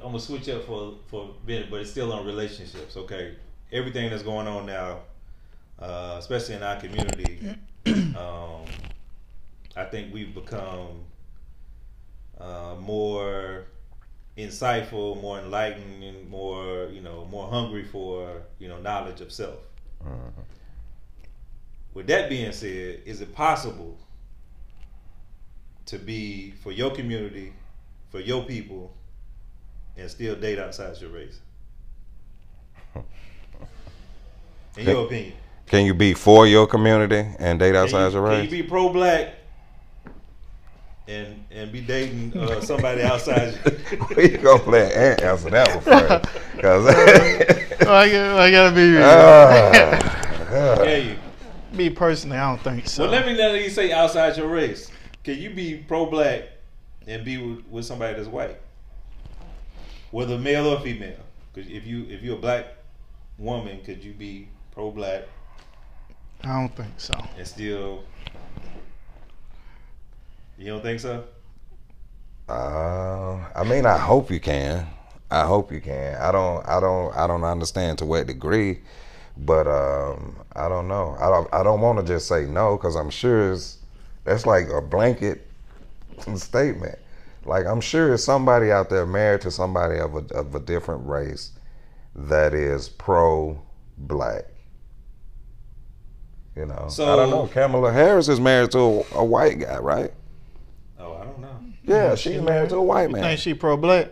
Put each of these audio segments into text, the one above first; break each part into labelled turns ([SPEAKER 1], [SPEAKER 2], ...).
[SPEAKER 1] I'm gonna switch up for for a minute, but it's still on relationships. Okay, everything that's going on now, uh, especially in our community, um, I think we've become uh, more insightful, more enlightened, more you know, more hungry for you know knowledge of self. With that being said, is it possible to be for your community, for your people, and still date outside your race? In your opinion,
[SPEAKER 2] Can you be for your community and date
[SPEAKER 1] can
[SPEAKER 2] outside
[SPEAKER 1] you,
[SPEAKER 2] your
[SPEAKER 1] can
[SPEAKER 2] race?
[SPEAKER 1] you be pro black and and be dating uh, somebody outside? your-
[SPEAKER 2] we gonna let Ant answer that one first, cause
[SPEAKER 3] I, gotta- I gotta be
[SPEAKER 2] Ah.
[SPEAKER 1] yeah, you.
[SPEAKER 3] me personally. I don't think so.
[SPEAKER 1] Well, let me let you say outside your race. Can you be pro black and be with, with somebody that's white, whether male or female? Because if you if you're a black woman, could you be pro black
[SPEAKER 3] I don't think so.
[SPEAKER 1] and still? You don't think so?
[SPEAKER 2] Uh, I mean, I hope you can. I hope you can. I don't. I don't. I don't understand to what degree, but um, I don't know. I don't. I don't want to just say no because I'm sure it's that's like a blanket statement. Like I'm sure it's somebody out there married to somebody of a of a different race that is pro black. You know. I don't
[SPEAKER 1] So-
[SPEAKER 2] know. Kamala Harris is married to a, a white guy, right?
[SPEAKER 1] Oh, I don't know.
[SPEAKER 2] Yeah, she's
[SPEAKER 3] she
[SPEAKER 2] married, to a white man.
[SPEAKER 3] Think she pro black?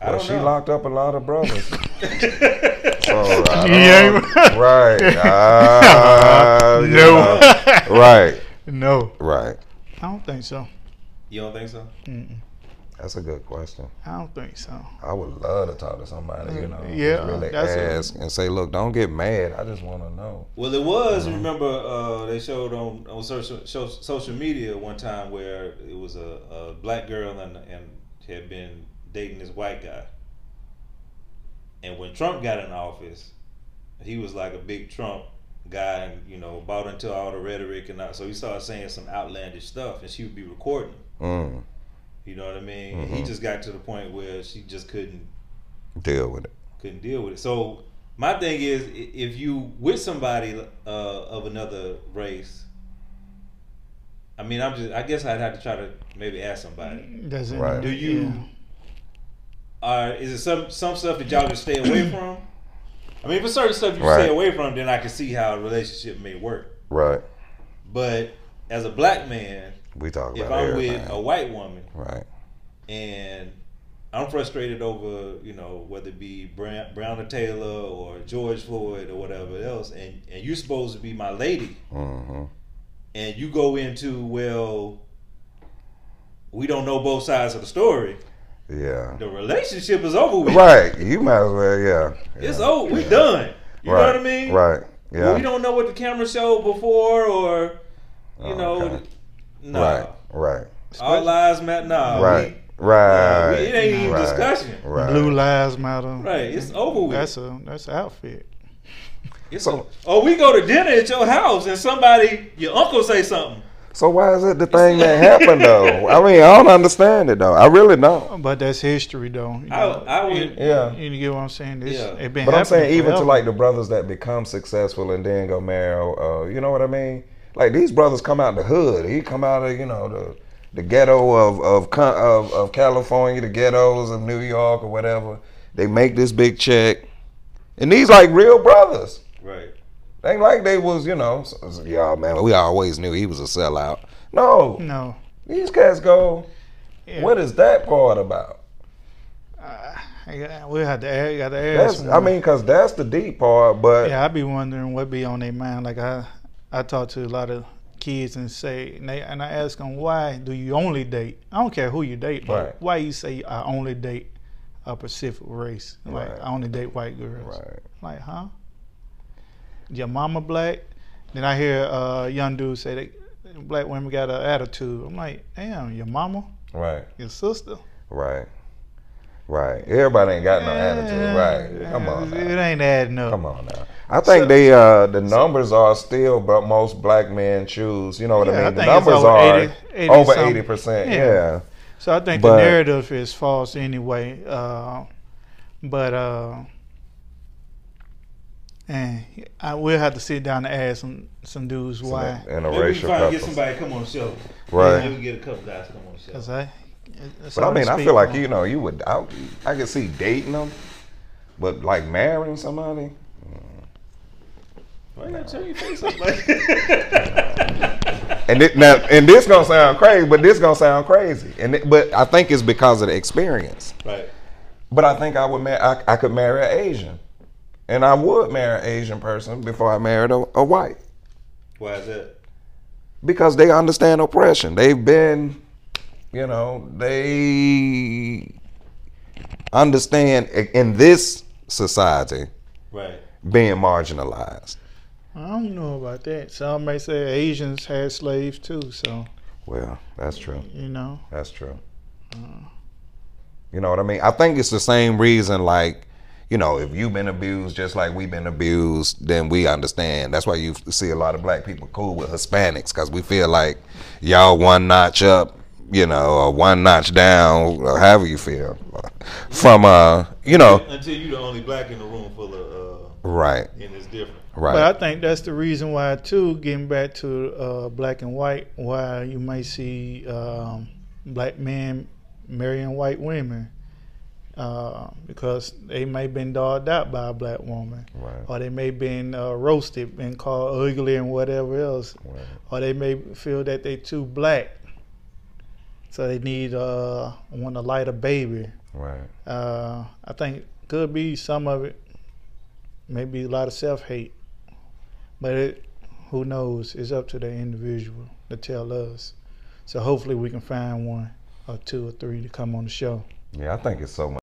[SPEAKER 1] I
[SPEAKER 2] Well,
[SPEAKER 1] don't
[SPEAKER 2] she
[SPEAKER 1] know.
[SPEAKER 2] locked up a lot of brothers.
[SPEAKER 1] I
[SPEAKER 2] So, Oh, I
[SPEAKER 3] Yeah,
[SPEAKER 2] don't-
[SPEAKER 3] right.
[SPEAKER 2] right. Uh, you
[SPEAKER 3] no,
[SPEAKER 2] know. right.
[SPEAKER 3] no,
[SPEAKER 2] Right.
[SPEAKER 3] I don't think so.
[SPEAKER 1] You don't think so?
[SPEAKER 3] Mm-mm.
[SPEAKER 2] That's a good question.
[SPEAKER 3] I don't think so.
[SPEAKER 2] I would love to talk to somebody, you know. just
[SPEAKER 3] Yeah,
[SPEAKER 2] really
[SPEAKER 3] that's a-
[SPEAKER 2] ask and say, look, don't get mad. I just want to know.
[SPEAKER 1] Well, it was. Remember, uh, they showed on on social so, social media one time where it was a, a black girl and and had been dating this white guy. And when Trump got in office, he was like a big Trump guy, and you know, bought into all the rhetoric and all, so he started saying some outlandish stuff, and she would be recording.
[SPEAKER 2] Mm,
[SPEAKER 1] You know what I mean? And He
[SPEAKER 2] Mhm.
[SPEAKER 1] just got to the point where she just couldn't
[SPEAKER 2] deal with it.
[SPEAKER 1] couldn't deal with it. So my thing is, i- if you with somebody uh, of another race, I mean, I'm just, I guess I'd have to try to maybe ask somebody.
[SPEAKER 3] Doesn't
[SPEAKER 2] Right.
[SPEAKER 1] Do you- Uh, is it some some stuff that y'all just stay away from? I mean, for certain stuff you
[SPEAKER 2] Right.
[SPEAKER 1] stay away from, then I can see how a relationship may work.
[SPEAKER 2] Right.
[SPEAKER 1] But as a black man,
[SPEAKER 2] We talk
[SPEAKER 1] if
[SPEAKER 2] about
[SPEAKER 1] I'm
[SPEAKER 2] everything.
[SPEAKER 1] with a white woman
[SPEAKER 2] right.
[SPEAKER 1] and I'm frustrated over, you know, whether it be Brown, Brown Taylor or George Floyd or whatever else, and, and you're supposed to be my lady.
[SPEAKER 2] hmm
[SPEAKER 1] and you go into well we don't know both sides of the story
[SPEAKER 2] Yeah.
[SPEAKER 1] the relationship is over with
[SPEAKER 2] Right. You might as well, yeah.
[SPEAKER 1] it's
[SPEAKER 2] yeah.
[SPEAKER 1] over we done you know
[SPEAKER 2] Right.
[SPEAKER 1] what i mean
[SPEAKER 2] Right. Yeah.
[SPEAKER 1] we don't know what the camera showed before or you
[SPEAKER 2] Oh,
[SPEAKER 1] know
[SPEAKER 2] okay.
[SPEAKER 1] no
[SPEAKER 2] Right. Right.
[SPEAKER 1] all lives matter nah, we-
[SPEAKER 2] right.
[SPEAKER 1] nah, we-
[SPEAKER 2] right.
[SPEAKER 1] it ain't even
[SPEAKER 2] right.
[SPEAKER 1] discussion
[SPEAKER 2] Right.
[SPEAKER 3] Blue lives matter.
[SPEAKER 1] Right, it's over with.
[SPEAKER 3] That's a that's an outfit.
[SPEAKER 1] it's
[SPEAKER 2] So-
[SPEAKER 1] a- oh we go to dinner at your house and somebody your uncle say something
[SPEAKER 2] So why is it the thing that happened though? I mean, I don't understand it though. I really don't.
[SPEAKER 3] But that's history, though. You,
[SPEAKER 1] i,
[SPEAKER 3] know,
[SPEAKER 1] I would
[SPEAKER 2] Yeah.
[SPEAKER 3] you get what I'm saying? It's,
[SPEAKER 1] Yeah.
[SPEAKER 3] It been
[SPEAKER 2] But I'm
[SPEAKER 3] happening
[SPEAKER 2] saying even to
[SPEAKER 3] forever.
[SPEAKER 2] like the brothers that become successful and then go marry, uh, you know what I mean? Like these brothers come out the hood. He come out of you know the the ghetto of of Ca- of, of California, the ghettos of New York or whatever. They make this big check, and these like real brothers.
[SPEAKER 1] right
[SPEAKER 2] Ain't like they was you know s- s- y'all man. We always knew he was a sellout. No,
[SPEAKER 3] no.
[SPEAKER 2] these cats go.
[SPEAKER 3] Yeah.
[SPEAKER 2] What is that part about?
[SPEAKER 3] I- I- we have to add, got to ask.
[SPEAKER 2] That's, I mean, cause that's the deep part, but
[SPEAKER 3] yeah, I be wondering what be on their mind. Like I, I talk to a lot of kids and say, and, they, and I ask them, why do you only date? I don't care who you date, but
[SPEAKER 2] Right.
[SPEAKER 3] why you say I only date a Pacific race? Like
[SPEAKER 2] Right.
[SPEAKER 3] I only date white girls.
[SPEAKER 2] right,
[SPEAKER 3] Like, huh? Your mama black? Then I hear uh, young dudes say that black women got an attitude. I'm like, damn, your mama,
[SPEAKER 2] right,
[SPEAKER 3] your sister.
[SPEAKER 2] right, right. Everybody ain't got no
[SPEAKER 3] Yeah,
[SPEAKER 2] attitude, right? Come on,
[SPEAKER 3] It,
[SPEAKER 2] now.
[SPEAKER 3] ain't adding up.
[SPEAKER 2] come on now. I think they uh, the numbers are still, but most black men choose. You know what
[SPEAKER 3] Yeah, I
[SPEAKER 2] I mean? The
[SPEAKER 3] think it's
[SPEAKER 2] numbers
[SPEAKER 3] over
[SPEAKER 2] are
[SPEAKER 3] 80 80
[SPEAKER 2] over
[SPEAKER 3] some.
[SPEAKER 2] eighty percent.
[SPEAKER 3] Yeah.
[SPEAKER 2] Yeah.
[SPEAKER 3] So I think
[SPEAKER 2] But-
[SPEAKER 3] the narrative is false anyway. Uh, but uh, and I will have to sit down and ask some some dudes why.
[SPEAKER 2] in a
[SPEAKER 1] Maybe we
[SPEAKER 2] racial
[SPEAKER 1] can finally get
[SPEAKER 2] couple.
[SPEAKER 1] somebody to come on the show.
[SPEAKER 2] Right.
[SPEAKER 1] Maybe we get a couple guys to come on the show.
[SPEAKER 3] Cause I, that's
[SPEAKER 2] But I
[SPEAKER 3] all they
[SPEAKER 2] mean, I
[SPEAKER 3] speak
[SPEAKER 2] feel like
[SPEAKER 3] on.
[SPEAKER 2] you know, you would. I, I could see dating them, but like marrying somebody.
[SPEAKER 1] Why you gotta turn your face up like that?
[SPEAKER 2] And it, now, and this gonna sound crazy, but this gonna sound crazy. And it, but I think it's because of the experience.
[SPEAKER 1] Right.
[SPEAKER 2] But I think I would. Ma- I, I could marry an Asian, and I would marry an Asian person before I married a, a white
[SPEAKER 1] Why is that?
[SPEAKER 2] because they understand oppression. They've been, you know, they understand i- in this society
[SPEAKER 1] Right.
[SPEAKER 2] being marginalized.
[SPEAKER 3] I don't know about that. Some may say Asians had slaves too. So
[SPEAKER 2] Well, that's true.
[SPEAKER 3] you know,
[SPEAKER 2] That's true. You know what I mean? I think it's the same reason, like, you know, if you've been abused just like we've been abused, then we understand. That's why you f- see a lot of black people cool with Hispanics because we feel like y'all one notch up, you know, or one notch down, or however you feel. From, uh, you know,
[SPEAKER 1] Until you the only black in the room full of uh
[SPEAKER 2] right,
[SPEAKER 1] and it's different.
[SPEAKER 2] right,
[SPEAKER 3] but I think that's the reason why too. Getting back to uh, black and white, why you may see um, black men marrying white women uh, because they may have been dogged out by a black woman,
[SPEAKER 2] right,
[SPEAKER 3] or they may have been uh, roasted and called ugly and whatever else,
[SPEAKER 2] right.
[SPEAKER 3] or they may feel that they too black, so they need uh, want to light a baby.
[SPEAKER 2] right.
[SPEAKER 3] Uh, I think could be some of it, maybe a lot of self hate, but it, who knows? It's up to the individual to tell us. So hopefully we can find one or two or three to come on the show.
[SPEAKER 2] Yeah, I think it's so much.